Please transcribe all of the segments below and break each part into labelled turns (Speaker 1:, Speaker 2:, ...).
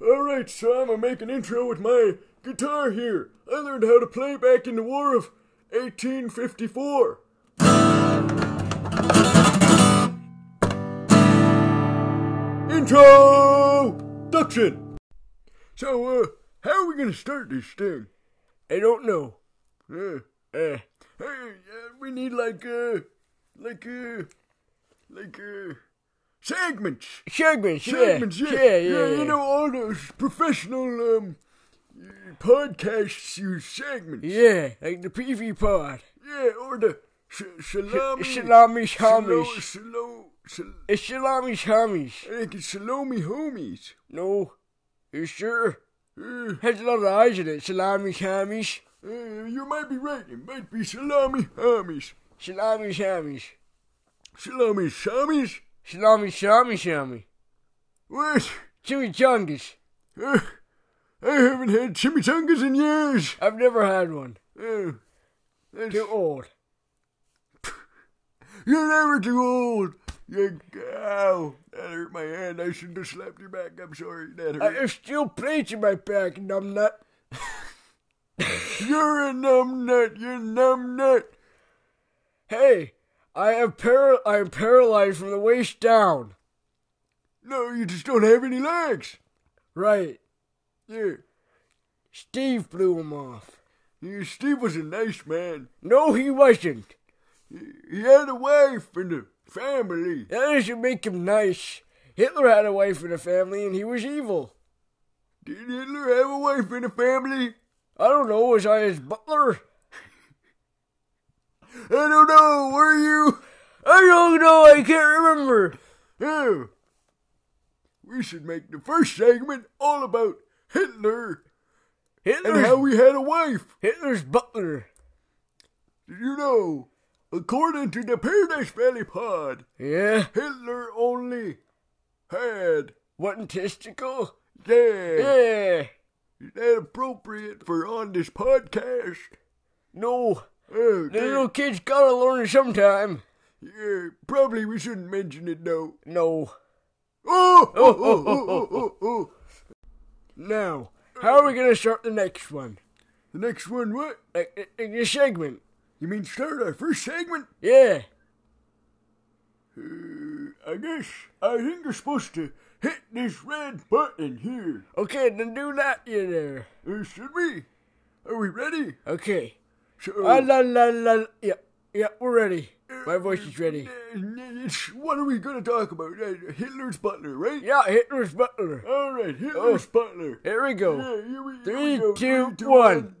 Speaker 1: Alright, so I'm gonna make an intro with my guitar here. I learned how to play back in the War of 1854. Introduction! So, uh, how are we gonna start this thing? I don't know. Uh, uh, hey, uh, we need like, uh, like, uh, like, uh, segments.
Speaker 2: Segments, yeah.
Speaker 1: Segments, yeah.
Speaker 2: yeah, yeah, yeah.
Speaker 1: You know, all those professional, um, uh, podcasts use segments.
Speaker 2: Yeah, like the PV pod.
Speaker 1: Yeah, or the sh- salami.
Speaker 2: Salami
Speaker 1: salo-
Speaker 2: homies.
Speaker 1: salo- sal-
Speaker 2: It's salami's homies.
Speaker 1: I think it's salami homies.
Speaker 2: No, you sure?
Speaker 1: Uh,
Speaker 2: Has a lot of eyes in it. Salami's homies.
Speaker 1: uh, you might be right. It might be salami homies.
Speaker 2: Salami's homies.
Speaker 1: Salami homies?
Speaker 2: Salami, salami, salami.
Speaker 1: What?
Speaker 2: Chimichangas.
Speaker 1: Uh, I haven't had chimichangas in years.
Speaker 2: I've never had one.
Speaker 1: Uh, that's-
Speaker 2: Too old.
Speaker 1: You're never too old. You, ow, that hurt my hand. I shouldn't have slapped your back. I'm sorry. That
Speaker 2: I
Speaker 1: hurt.
Speaker 2: have still plates in my back, and I'm not.
Speaker 1: You're a numbnut. You're numbnut.
Speaker 2: Hey, I am par- I am paralyzed from the waist down.
Speaker 1: No, you just don't have any legs.
Speaker 2: Right.
Speaker 1: Yeah.
Speaker 2: Steve blew him off.
Speaker 1: yeah Steve was a nice man.
Speaker 2: No, he wasn't.
Speaker 1: He had a wife and a family.
Speaker 2: That doesn't make him nice. Hitler had a wife and a family, and he was evil.
Speaker 1: Did Hitler have a wife and a family?
Speaker 2: I don't know, was I his butler?
Speaker 1: I don't know. Were you?
Speaker 2: I don't know, I can't remember.
Speaker 1: Oh. We should make the first segment all about Hitler and how
Speaker 2: Hitler's,
Speaker 1: he had a wife.
Speaker 2: Hitler's butler.
Speaker 1: Did you know? According to the Paradise Valley Pod,
Speaker 2: Yeah?
Speaker 1: Hitler only had,
Speaker 2: One testicle?
Speaker 1: yeah,
Speaker 2: Yeah.
Speaker 1: is that appropriate for on this podcast?
Speaker 2: No.
Speaker 1: Oh,
Speaker 2: The
Speaker 1: dear.
Speaker 2: little kid's gotta learn sometime.
Speaker 1: yeah, probably we shouldn't mention it though.
Speaker 2: No.
Speaker 1: Oh, oh, oh, oh, oh, oh, oh.
Speaker 2: Now, how are we gonna start the next one?
Speaker 1: The next one, what?
Speaker 2: Like, like the segment?
Speaker 1: You mean start our first segment?
Speaker 2: Yeah.
Speaker 1: I guess I think you're supposed to hit this red button here.
Speaker 2: Okay, then do that, you there.
Speaker 1: Uh, should we? Are we ready?
Speaker 2: Okay.
Speaker 1: So,
Speaker 2: Ah, la, la, la. Yep, yep, we're ready. My voice is ready.
Speaker 1: It's- What are we going to talk about? Uh, Hitler's butler, right?
Speaker 2: Yeah, Hitler's butler.
Speaker 1: All right, Hitler's butler.
Speaker 2: Here we
Speaker 1: Yeah,
Speaker 2: go.
Speaker 1: here we, here we
Speaker 2: Three,
Speaker 1: go.
Speaker 2: two, one.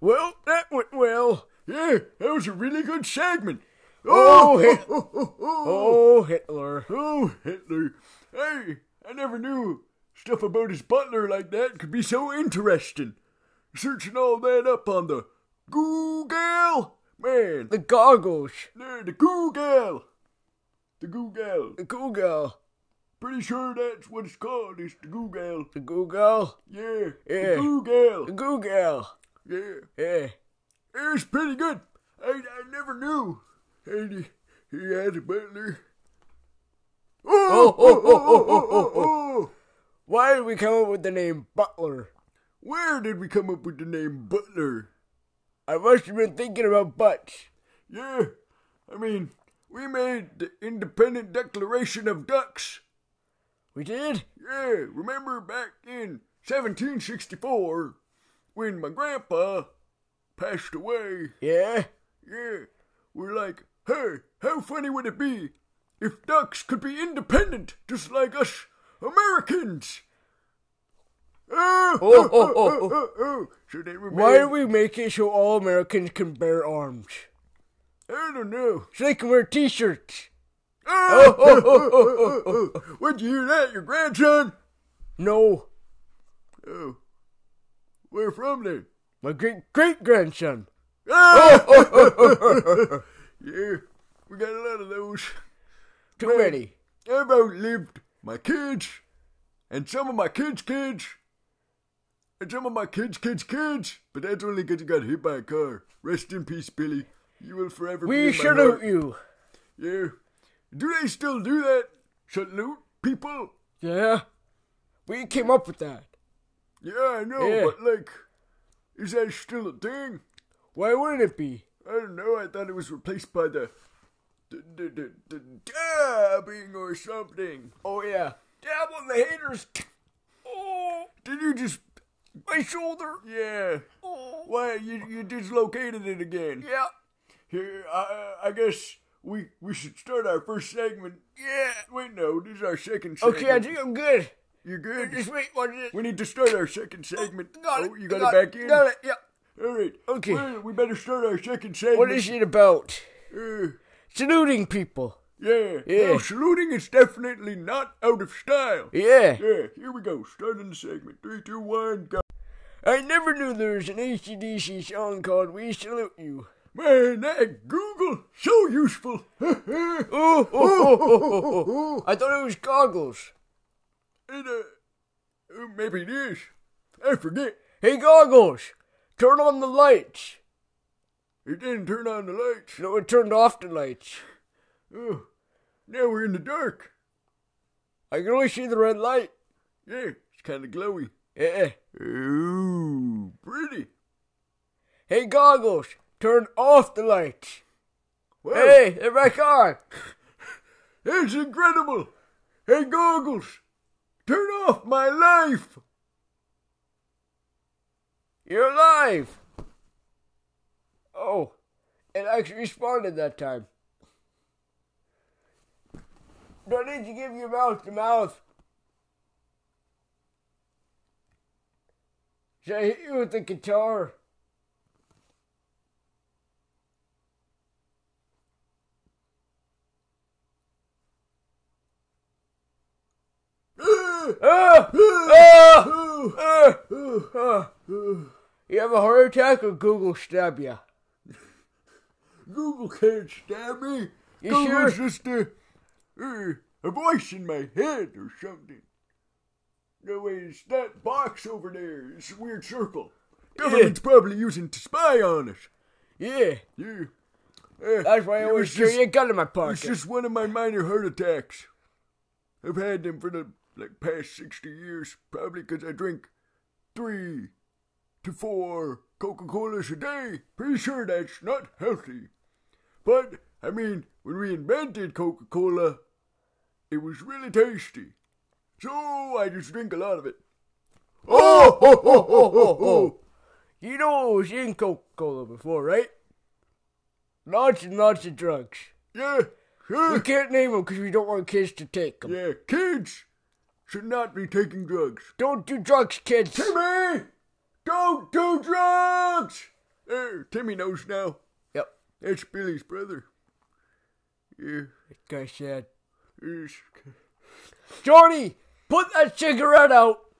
Speaker 2: Well, that went well.
Speaker 1: Yeah, that was a really good segment.
Speaker 2: Oh, Hit-
Speaker 1: oh, oh, oh,
Speaker 2: Oh, Hitler.
Speaker 1: oh, Hitler. Hey, I never knew stuff about his butler like that could be so interesting. Searching all that up on the Google. Man,
Speaker 2: The goggles.
Speaker 1: there, the Google. The Google.
Speaker 2: The Google.
Speaker 1: Pretty sure that's what it's called. It's the Google.
Speaker 2: The Google.
Speaker 1: Yeah.
Speaker 2: Yeah.
Speaker 1: The Google.
Speaker 2: The Google.
Speaker 1: Yeah.
Speaker 2: Yeah.
Speaker 1: It's pretty good. I, I never knew. And he, he had a butler. Oh, oh, oh, oh, oh, oh, oh.
Speaker 2: Why did we come up with the name Butler?
Speaker 1: Where did we come up with the name Butler?
Speaker 2: I must have been thinking about butts.
Speaker 1: Yeah. I mean, we made the Independent Declaration of Ducks.
Speaker 2: We did?
Speaker 1: Yeah, remember back in 1764 when my grandpa passed away?
Speaker 2: Yeah.
Speaker 1: Yeah. We're like, hey, how funny would it be if ducks could be independent, just like us Americans? Oh,
Speaker 2: Oh, oh, oh,
Speaker 1: oh, oh. So they were
Speaker 2: Why do
Speaker 1: made-
Speaker 2: we make it so all Americans can bear arms?
Speaker 1: I don't know.
Speaker 2: So they can wear t-shirts.
Speaker 1: Oh, oh, oh, oh, oh, oh. Where'd you hear that? Your grandson?
Speaker 2: No.
Speaker 1: Oh. Where from then?
Speaker 2: My great great grandson.
Speaker 1: Ah! yeah, we got a lot of those.
Speaker 2: Too
Speaker 1: Well-
Speaker 2: many.
Speaker 1: I've outlived my kids, and some of my kids' kids, and some of my kids' kids' kids. But that's only 'cause you got hit by a car. Rest in peace, Billy. You will forever be in
Speaker 2: We
Speaker 1: my
Speaker 2: salute
Speaker 1: heart.
Speaker 2: you.
Speaker 1: Yeah. Do they still do that? Salute people?
Speaker 2: Yeah. We came up with that.
Speaker 1: Yeah, I know,
Speaker 2: Yeah.
Speaker 1: but like, is that still a thing?
Speaker 2: Why wouldn't it be?
Speaker 1: I don't know. I thought it was replaced by the the the, the, the dabbing or something.
Speaker 2: Oh yeah.
Speaker 1: Dab on the haters.
Speaker 2: Oh,
Speaker 1: Did you just?
Speaker 2: my shoulder.
Speaker 1: Yeah.
Speaker 2: Oh.
Speaker 1: Why you you dislocated it again?
Speaker 2: Yeah.
Speaker 1: Here, I I guess we we should start our first segment.
Speaker 2: Yeah.
Speaker 1: Wait, no, this is our second. segment.
Speaker 2: Okay, I think I'm good.
Speaker 1: You're good.
Speaker 2: Just wait, watch it.
Speaker 1: We need to start our second segment.
Speaker 2: Got it.
Speaker 1: Oh, you got,
Speaker 2: got
Speaker 1: it back in.
Speaker 2: Got it. Yeah.
Speaker 1: All right.
Speaker 2: Okay.
Speaker 1: Well, we better start our second segment.
Speaker 2: What is it about?
Speaker 1: Uh,
Speaker 2: Saluting people.
Speaker 1: yeah.
Speaker 2: Yeah.
Speaker 1: No, saluting is definitely not out of style.
Speaker 2: Yeah.
Speaker 1: Yeah, here we go. Starting the segment. Three, two, one, go.
Speaker 2: I never knew there was an ACDC song called We Salute You.
Speaker 1: Man, that Google so useful.
Speaker 2: Ooh, oh, oh, oh, oh, oh. I thought it was goggles.
Speaker 1: And, uh, uh, maybe it is. I forget.
Speaker 2: Hey, goggles, turn on the lights.
Speaker 1: It didn't turn on the lights.
Speaker 2: No, it turned off the lights.
Speaker 1: Oh, now we're in the dark.
Speaker 2: I can only see the red light.
Speaker 1: Yeah, it's kind of glowy.
Speaker 2: Yeah.
Speaker 1: Ooh, pretty.
Speaker 2: Hey, goggles, turn off the lights.
Speaker 1: Wow,
Speaker 2: Hey, they're back on.
Speaker 1: that's incredible. Hey, goggles, turn off my life.
Speaker 2: You're alive. Oh, it actually responded that time. Do I need to give you mouth to mouth? Should I hit you with the guitar?
Speaker 1: Ah,
Speaker 2: Ah! Ah!
Speaker 1: oh,
Speaker 2: Ah!
Speaker 1: oh,
Speaker 2: Ah!
Speaker 1: oh.
Speaker 2: You have a heart attack or Google stab ya?
Speaker 1: Google can't stab me.
Speaker 2: You
Speaker 1: Google's just a, uh, a voice in my head or something. No, wait, it's that box over there. It's a weird circle. Government's probably using to spy on us.
Speaker 2: Yeah,
Speaker 1: Yeah. Uh,
Speaker 2: that's why I
Speaker 1: it
Speaker 2: always
Speaker 1: was
Speaker 2: carry
Speaker 1: just-
Speaker 2: a gun in my
Speaker 1: It's
Speaker 2: pocket.
Speaker 1: just one of my minor heart attacks. I've had them for the like past 60 years, probably 'cause I drink three to four Coca Colas a day. Pretty sure that's not healthy. But, I mean, when we invented Coca Cola, it was really tasty. So I just drink a lot of it. Oh, ho, ho, ho, ho, ho.
Speaker 2: You know what was in Coca Cola before, right? Lots and lots of drugs.
Speaker 1: Yeah,
Speaker 2: We
Speaker 1: sure.
Speaker 2: can't name them because we don't want kids to take them.
Speaker 1: Yeah, kids should not be taking drugs.
Speaker 2: Don't do drugs, kids.
Speaker 1: Timmy! Don't do drugs! Uh, Timmy knows now.
Speaker 2: Yep.
Speaker 1: It's Billy's brother. Yeah,
Speaker 2: That guy said,
Speaker 1: he's-
Speaker 2: Johnny, put that cigarette out.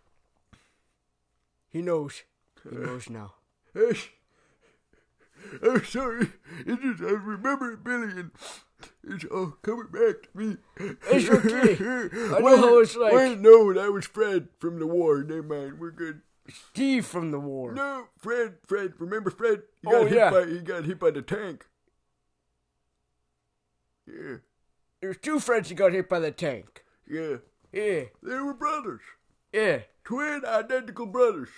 Speaker 2: He knows. He knows now.
Speaker 1: he's- I'm sorry. It just, I remember Billy and it's all coming back to me.
Speaker 2: It's okay. I know
Speaker 1: Wait-
Speaker 2: how it's like.
Speaker 1: Wait, no, that was Fred from the war. Never mind, we're good.
Speaker 2: Steve from the war.
Speaker 1: No, Fred, Fred, remember Fred? He
Speaker 2: Oh,
Speaker 1: got
Speaker 2: yeah.
Speaker 1: hit by, he got hit by the tank. Yeah,
Speaker 2: There's two friends who got hit by the tank.
Speaker 1: yeah.
Speaker 2: Yeah,
Speaker 1: They were brothers.
Speaker 2: yeah.
Speaker 1: Twin identical brothers.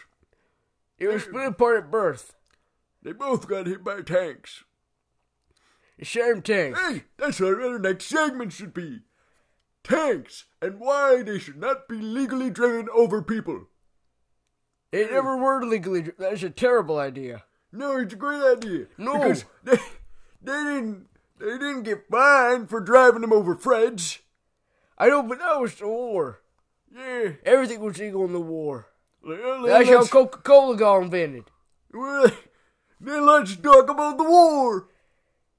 Speaker 2: It was split apart at birth.
Speaker 1: They both got hit by tanks.
Speaker 2: The same tank.
Speaker 1: Hey, that's what our next segment should be. Tanks and why they should not be legally driven over people.
Speaker 2: They never were legally. dr- That's a terrible idea.
Speaker 1: No, it's a great idea.
Speaker 2: No.
Speaker 1: Because they, they didn't they didn't get fined for driving them over Fred's.
Speaker 2: I know, but that was the war.
Speaker 1: Yeah.
Speaker 2: Everything was legal in the war.
Speaker 1: Well,
Speaker 2: That's how
Speaker 1: let's-
Speaker 2: Coca Cola got invented.
Speaker 1: well, then let's talk about the war.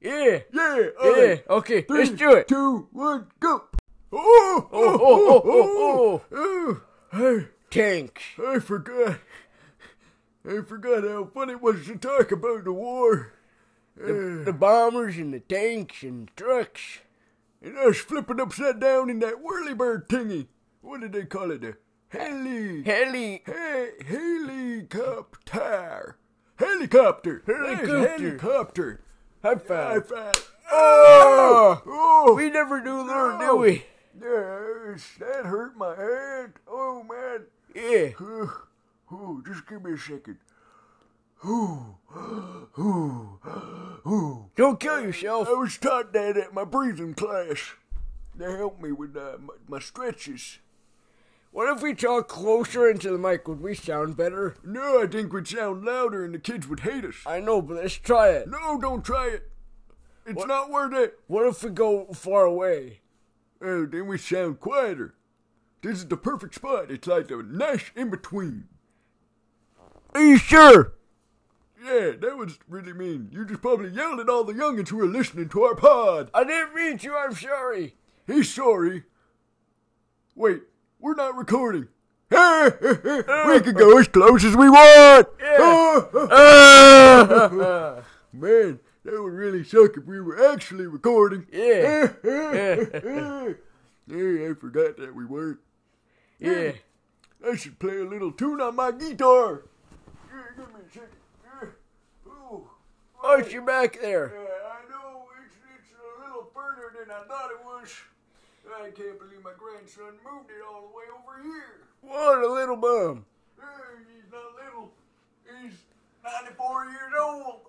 Speaker 2: Yeah,
Speaker 1: Yeah. all
Speaker 2: yeah.
Speaker 1: right.
Speaker 2: Okay,
Speaker 1: Three,
Speaker 2: let's do it.
Speaker 1: Two, one, go. Oh, oh,
Speaker 2: oh, oh,
Speaker 1: oh, oh.
Speaker 2: Tanks.
Speaker 1: I, I forgot. I forgot how fun it was to talk about the war. Uh,
Speaker 2: The bombers and the tanks and trucks.
Speaker 1: and us flipping upside down in that whirlybird thingy. What did they call it? A heli.
Speaker 2: Heli.
Speaker 1: He, helicopter. Helicopter. There's
Speaker 2: Helicopter.
Speaker 1: Helicopter.
Speaker 2: High
Speaker 1: High
Speaker 2: five.
Speaker 1: five. Oh! oh.
Speaker 2: We never knew there,
Speaker 1: Oh.
Speaker 2: do we?
Speaker 1: Yes, that hurt my hand. Oh man.
Speaker 2: Yeah.
Speaker 1: Ugh. Ooh, just give me a second. Ooh, ooh, ooh.
Speaker 2: Don't kill yourself.
Speaker 1: I was taught that at my breathing class. They helped me with uh, my, my stretches.
Speaker 2: What if we talk closer into the mic? Would we sound better?
Speaker 1: No, I think we'd sound louder and the kids would hate us.
Speaker 2: I know, but let's try it.
Speaker 1: No, don't try it. It's not worth it.
Speaker 2: What if we go far away?
Speaker 1: Oh, then we sound quieter. This is the perfect spot. It's like a nice in between.
Speaker 2: Are you sure?
Speaker 1: Yeah, that was really mean. You just probably yelled at all the youngins who are listening to our pod.
Speaker 2: I didn't mean to. I'm sorry.
Speaker 1: He's sorry. Wait, we're not recording. we could go as close as we want. Man, that would really suck if we were actually recording.
Speaker 2: Yeah.
Speaker 1: yeah, I forgot that we weren't.
Speaker 2: Yeah.
Speaker 1: I should play a little tune on my guitar. Yeah, give me a second. Yeah. Ooh.
Speaker 2: Arch your back
Speaker 1: Yeah,
Speaker 2: there.
Speaker 1: I know it's, it's a little further than I thought it was. I can't believe my grandson moved it all the way over here.
Speaker 2: What a little bum.
Speaker 1: Eh, He's not little. He's 94 years old.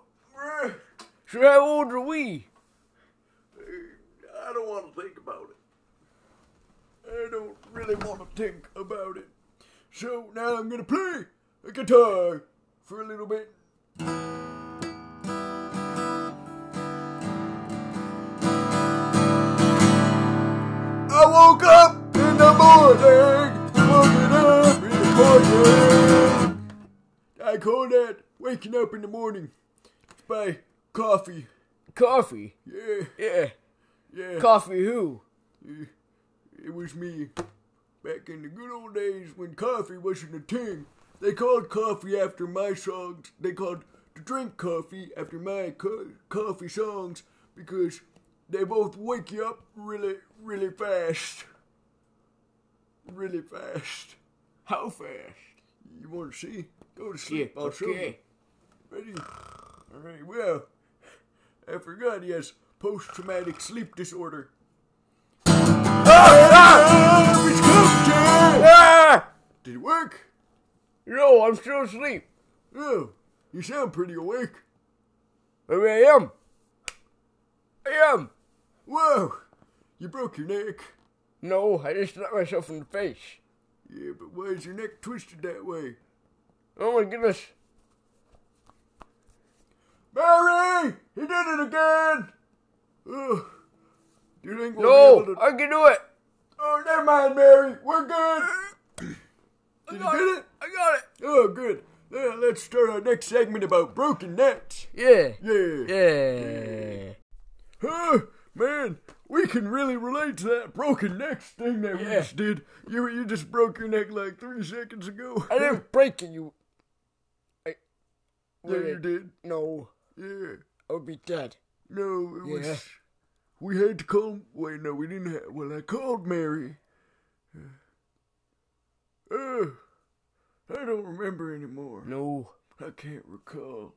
Speaker 1: Eh,
Speaker 2: So how old are we?
Speaker 1: I don't want to think about it. I don't really want to think about it. So now I'm going to play a guitar for a little bit. I woke up in the morning, woken up in the morning. I call that waking up in the morning by coffee.
Speaker 2: Coffee.
Speaker 1: Yeah,
Speaker 2: Yeah.
Speaker 1: yeah.
Speaker 2: Coffee who?
Speaker 1: It was me. Back in the good old days when coffee wasn't a thing, they called coffee after my songs. They called to drink coffee after my co- coffee songs because they both wake you up really, really fast. Really fast.
Speaker 2: How fast?
Speaker 1: You want to see? Go to
Speaker 2: Yeah.
Speaker 1: sleep. I'll show you.
Speaker 2: Okay.
Speaker 1: Ready? All right. Well, I forgot he has post-traumatic sleep disorder. Ah, it's cooked, Jack!
Speaker 2: Ah!
Speaker 1: Did it work?
Speaker 2: No, I'm still asleep.
Speaker 1: Oh, you sound pretty awake.
Speaker 2: Maybe I am. I am.
Speaker 1: Whoa, you broke your neck.
Speaker 2: No, I just knocked myself in the face.
Speaker 1: Yeah, but why is your neck twisted that way?
Speaker 2: Oh my goodness.
Speaker 1: Barry, he did it again. Oh, do you think we'll be
Speaker 2: No,
Speaker 1: able to?
Speaker 2: I can do it.
Speaker 1: Oh, never mind, Mary. We're good. Did you
Speaker 2: got
Speaker 1: get it?
Speaker 2: I got it.
Speaker 1: Oh, good. Yeah, let's start our next segment about broken necks.
Speaker 2: Yeah.
Speaker 1: Yeah.
Speaker 2: Yeah.
Speaker 1: Huh, man, we can really relate to that broken neck thing that we
Speaker 2: Yeah.
Speaker 1: just did. You you just broke your neck like three seconds ago.
Speaker 2: I didn't break it, you. I.
Speaker 1: yeah, you
Speaker 2: Wait,
Speaker 1: did.
Speaker 2: No,
Speaker 1: Yeah.
Speaker 2: I would be dead.
Speaker 1: No, it was.
Speaker 2: Yeah.
Speaker 1: We had to call. Wait, no, we didn't have. Well, I called Mary. Uh, I don't remember anymore.
Speaker 2: No.
Speaker 1: I can't recall.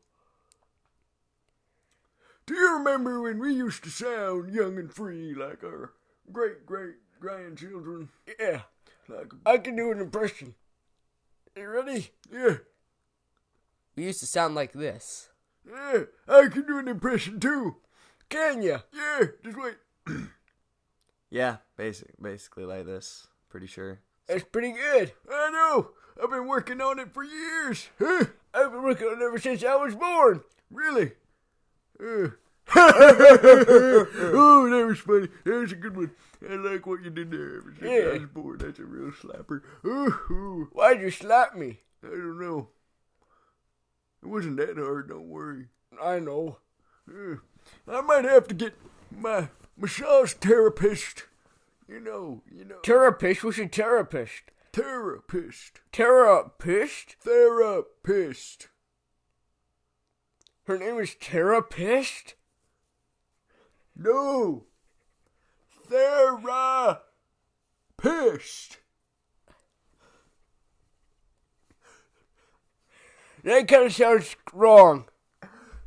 Speaker 1: Do you remember when we used to sound young and free like our great great grandchildren?
Speaker 2: Yeah,
Speaker 1: Like,
Speaker 2: I can do an impression. You ready?
Speaker 1: yeah,
Speaker 3: We used to sound like this.
Speaker 1: yeah, I can do an impression too.
Speaker 2: Can ya?
Speaker 1: Yeah, just wait.
Speaker 3: Yeah, basic, basically like this. Pretty sure.
Speaker 2: That's pretty good.
Speaker 1: I know. I've been working on it for years. Huh?
Speaker 2: I've been working on it ever since I was born.
Speaker 1: Really? Uh. oh, that was funny. That was a good one. I like what you did there. Ever since I
Speaker 2: Yeah.
Speaker 1: was born. That's a real slapper. Ooh,
Speaker 2: Why'd you slap me?
Speaker 1: I don't know. It wasn't that hard. Don't worry.
Speaker 2: I know.
Speaker 1: Uh, I might have to get my massage therapist. You know, you know,
Speaker 2: Therapist? What's a therapist?
Speaker 1: therapist,
Speaker 2: Therapist?
Speaker 1: therapist.
Speaker 2: Her name is Therapist?
Speaker 1: No, therapist.
Speaker 2: That kind of sounds wrong.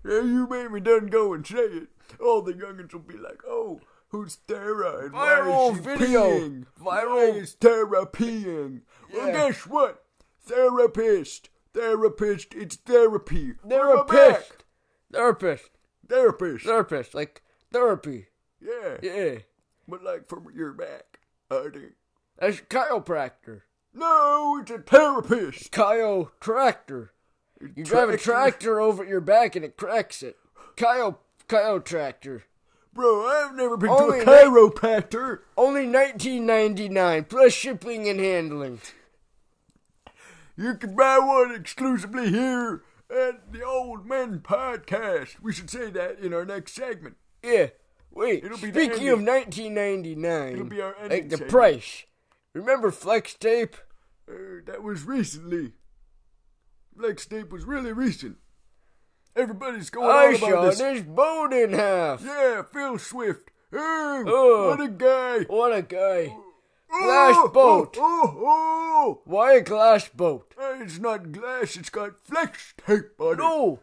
Speaker 1: Yeah, you made me done go and say it. All the youngins will be like, oh, who's Tara and why
Speaker 2: Viral
Speaker 1: is she
Speaker 2: video.
Speaker 1: peeing?
Speaker 2: Viral-
Speaker 1: Why is Tara peeing? Well,
Speaker 2: Yeah.
Speaker 1: guess what? Therapist. Therapist. It's therapy. We're
Speaker 2: Therapist.
Speaker 1: back.
Speaker 2: Therapist.
Speaker 1: Therapist.
Speaker 2: Therapist. Like therapy.
Speaker 1: Yeah.
Speaker 2: Yeah.
Speaker 1: But like from your back. I think.
Speaker 2: That's chiropractor.
Speaker 1: No, it's a therapist.
Speaker 2: Kyo tractor. You drive a tractor over your back and it cracks it. Kyo Kyo tractor.
Speaker 1: Bro, I've never been
Speaker 2: Only
Speaker 1: to a
Speaker 2: that-
Speaker 1: chiropractor.
Speaker 2: Only nineteen ninety nine plus shipping and handling.
Speaker 1: You can buy one exclusively here at the Old Men Podcast. We should say that in our next segment.
Speaker 2: Yeah. Wait.
Speaker 1: It'll be the ending.
Speaker 2: speaking of nineteen ninety
Speaker 1: It'll
Speaker 2: nine,
Speaker 1: be our ending
Speaker 2: like the
Speaker 1: segment.
Speaker 2: price. Remember flex tape?
Speaker 1: Uh, that was recently. Flex tape was really recent. Everybody's going
Speaker 2: I
Speaker 1: on
Speaker 2: shot
Speaker 1: about this.
Speaker 2: his boat in half.
Speaker 1: Yeah, Phil Swift. Hey,
Speaker 2: Oh.
Speaker 1: what a guy.
Speaker 2: What a guy.
Speaker 1: Oh, oh,
Speaker 2: boat.
Speaker 1: Oh, oh,
Speaker 2: Why a glass boat?
Speaker 1: Hey, It's not glass, it's got flex tape on it.
Speaker 2: No.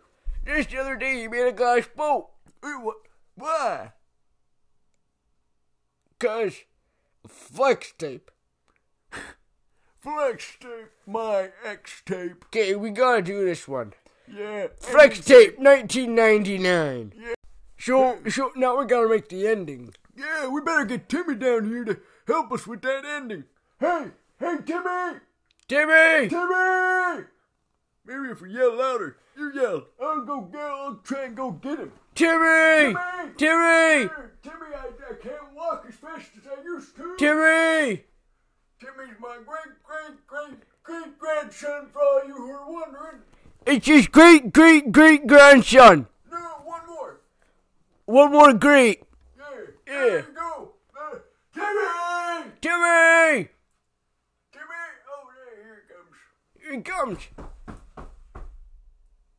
Speaker 2: Just the other day he made a glass boat.
Speaker 1: Hey, wha- Why?
Speaker 2: Cause flex tape.
Speaker 1: Flex tape, my X tape.
Speaker 2: Okay, we gotta do this one.
Speaker 1: Yeah.
Speaker 2: Flex tape, 1999.
Speaker 1: Yeah.
Speaker 2: So, so now we gotta make the ending.
Speaker 1: Yeah, we better get Timmy down here to help us with that ending. Hey, hey, Timmy!
Speaker 2: Timmy!
Speaker 1: Timmy! Maybe if we yell louder, you yell. I'll go get. I'll try and go get him.
Speaker 2: Timmy!
Speaker 1: Timmy!
Speaker 2: Timmy!
Speaker 1: Timmy, I, I can't walk as fast as I used to.
Speaker 2: Timmy!
Speaker 1: Timmy's my great, great, great, great grandson. For all you who are wondering,
Speaker 2: It's his great, great, great grandson.
Speaker 1: no, one more.
Speaker 2: One more great.
Speaker 1: Yeah, there
Speaker 2: Yeah.
Speaker 1: you go. Uh, Timmy!
Speaker 2: Timmy!
Speaker 1: Timmy! Oh, there, here it comes.
Speaker 2: Here he comes.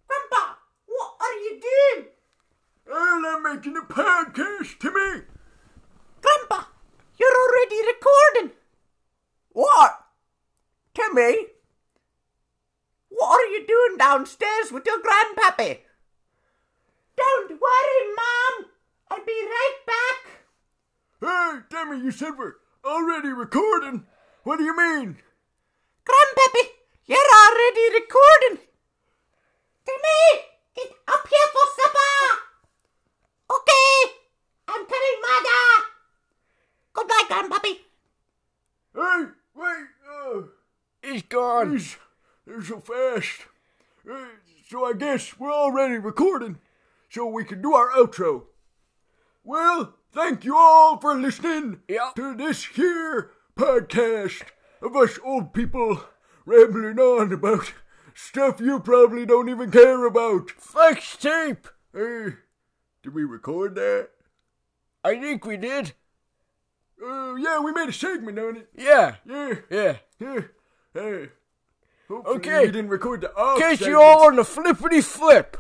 Speaker 4: Grandpa, what are you doing?
Speaker 1: Well, I'm making a podcast, Timmy.
Speaker 4: Grandpa, you're already recording. What? Timmy? What are you doing downstairs with your grandpappy? Don't worry, Mom. I'll be right back.
Speaker 1: Hey, Timmy, you said we're already recording. What do you mean?
Speaker 4: Grandpappy, you're already recording. Timmy, get up here for supper. Okay, I'm coming, Mother. Goodbye, Grandpappy.
Speaker 1: Hey, wait, uh,
Speaker 2: He's gone.
Speaker 1: geez, they're so fast. Uh, so I guess we're already recording, so we can do our outro. Well, thank you all for listening
Speaker 2: Yeah.
Speaker 1: to this here podcast of us old people rambling on about stuff you probably don't even care about.
Speaker 2: Flex tape.
Speaker 1: Hey, did we record that?
Speaker 2: I think we did.
Speaker 1: Uh, yeah, we made a segment on it.
Speaker 2: Yeah.
Speaker 1: Yeah.
Speaker 2: Yeah.
Speaker 1: Yeah. Hey. Hopefully
Speaker 2: Okay.
Speaker 1: We didn't record the off.
Speaker 2: In case
Speaker 1: segment.
Speaker 2: you're all on the flippity flip.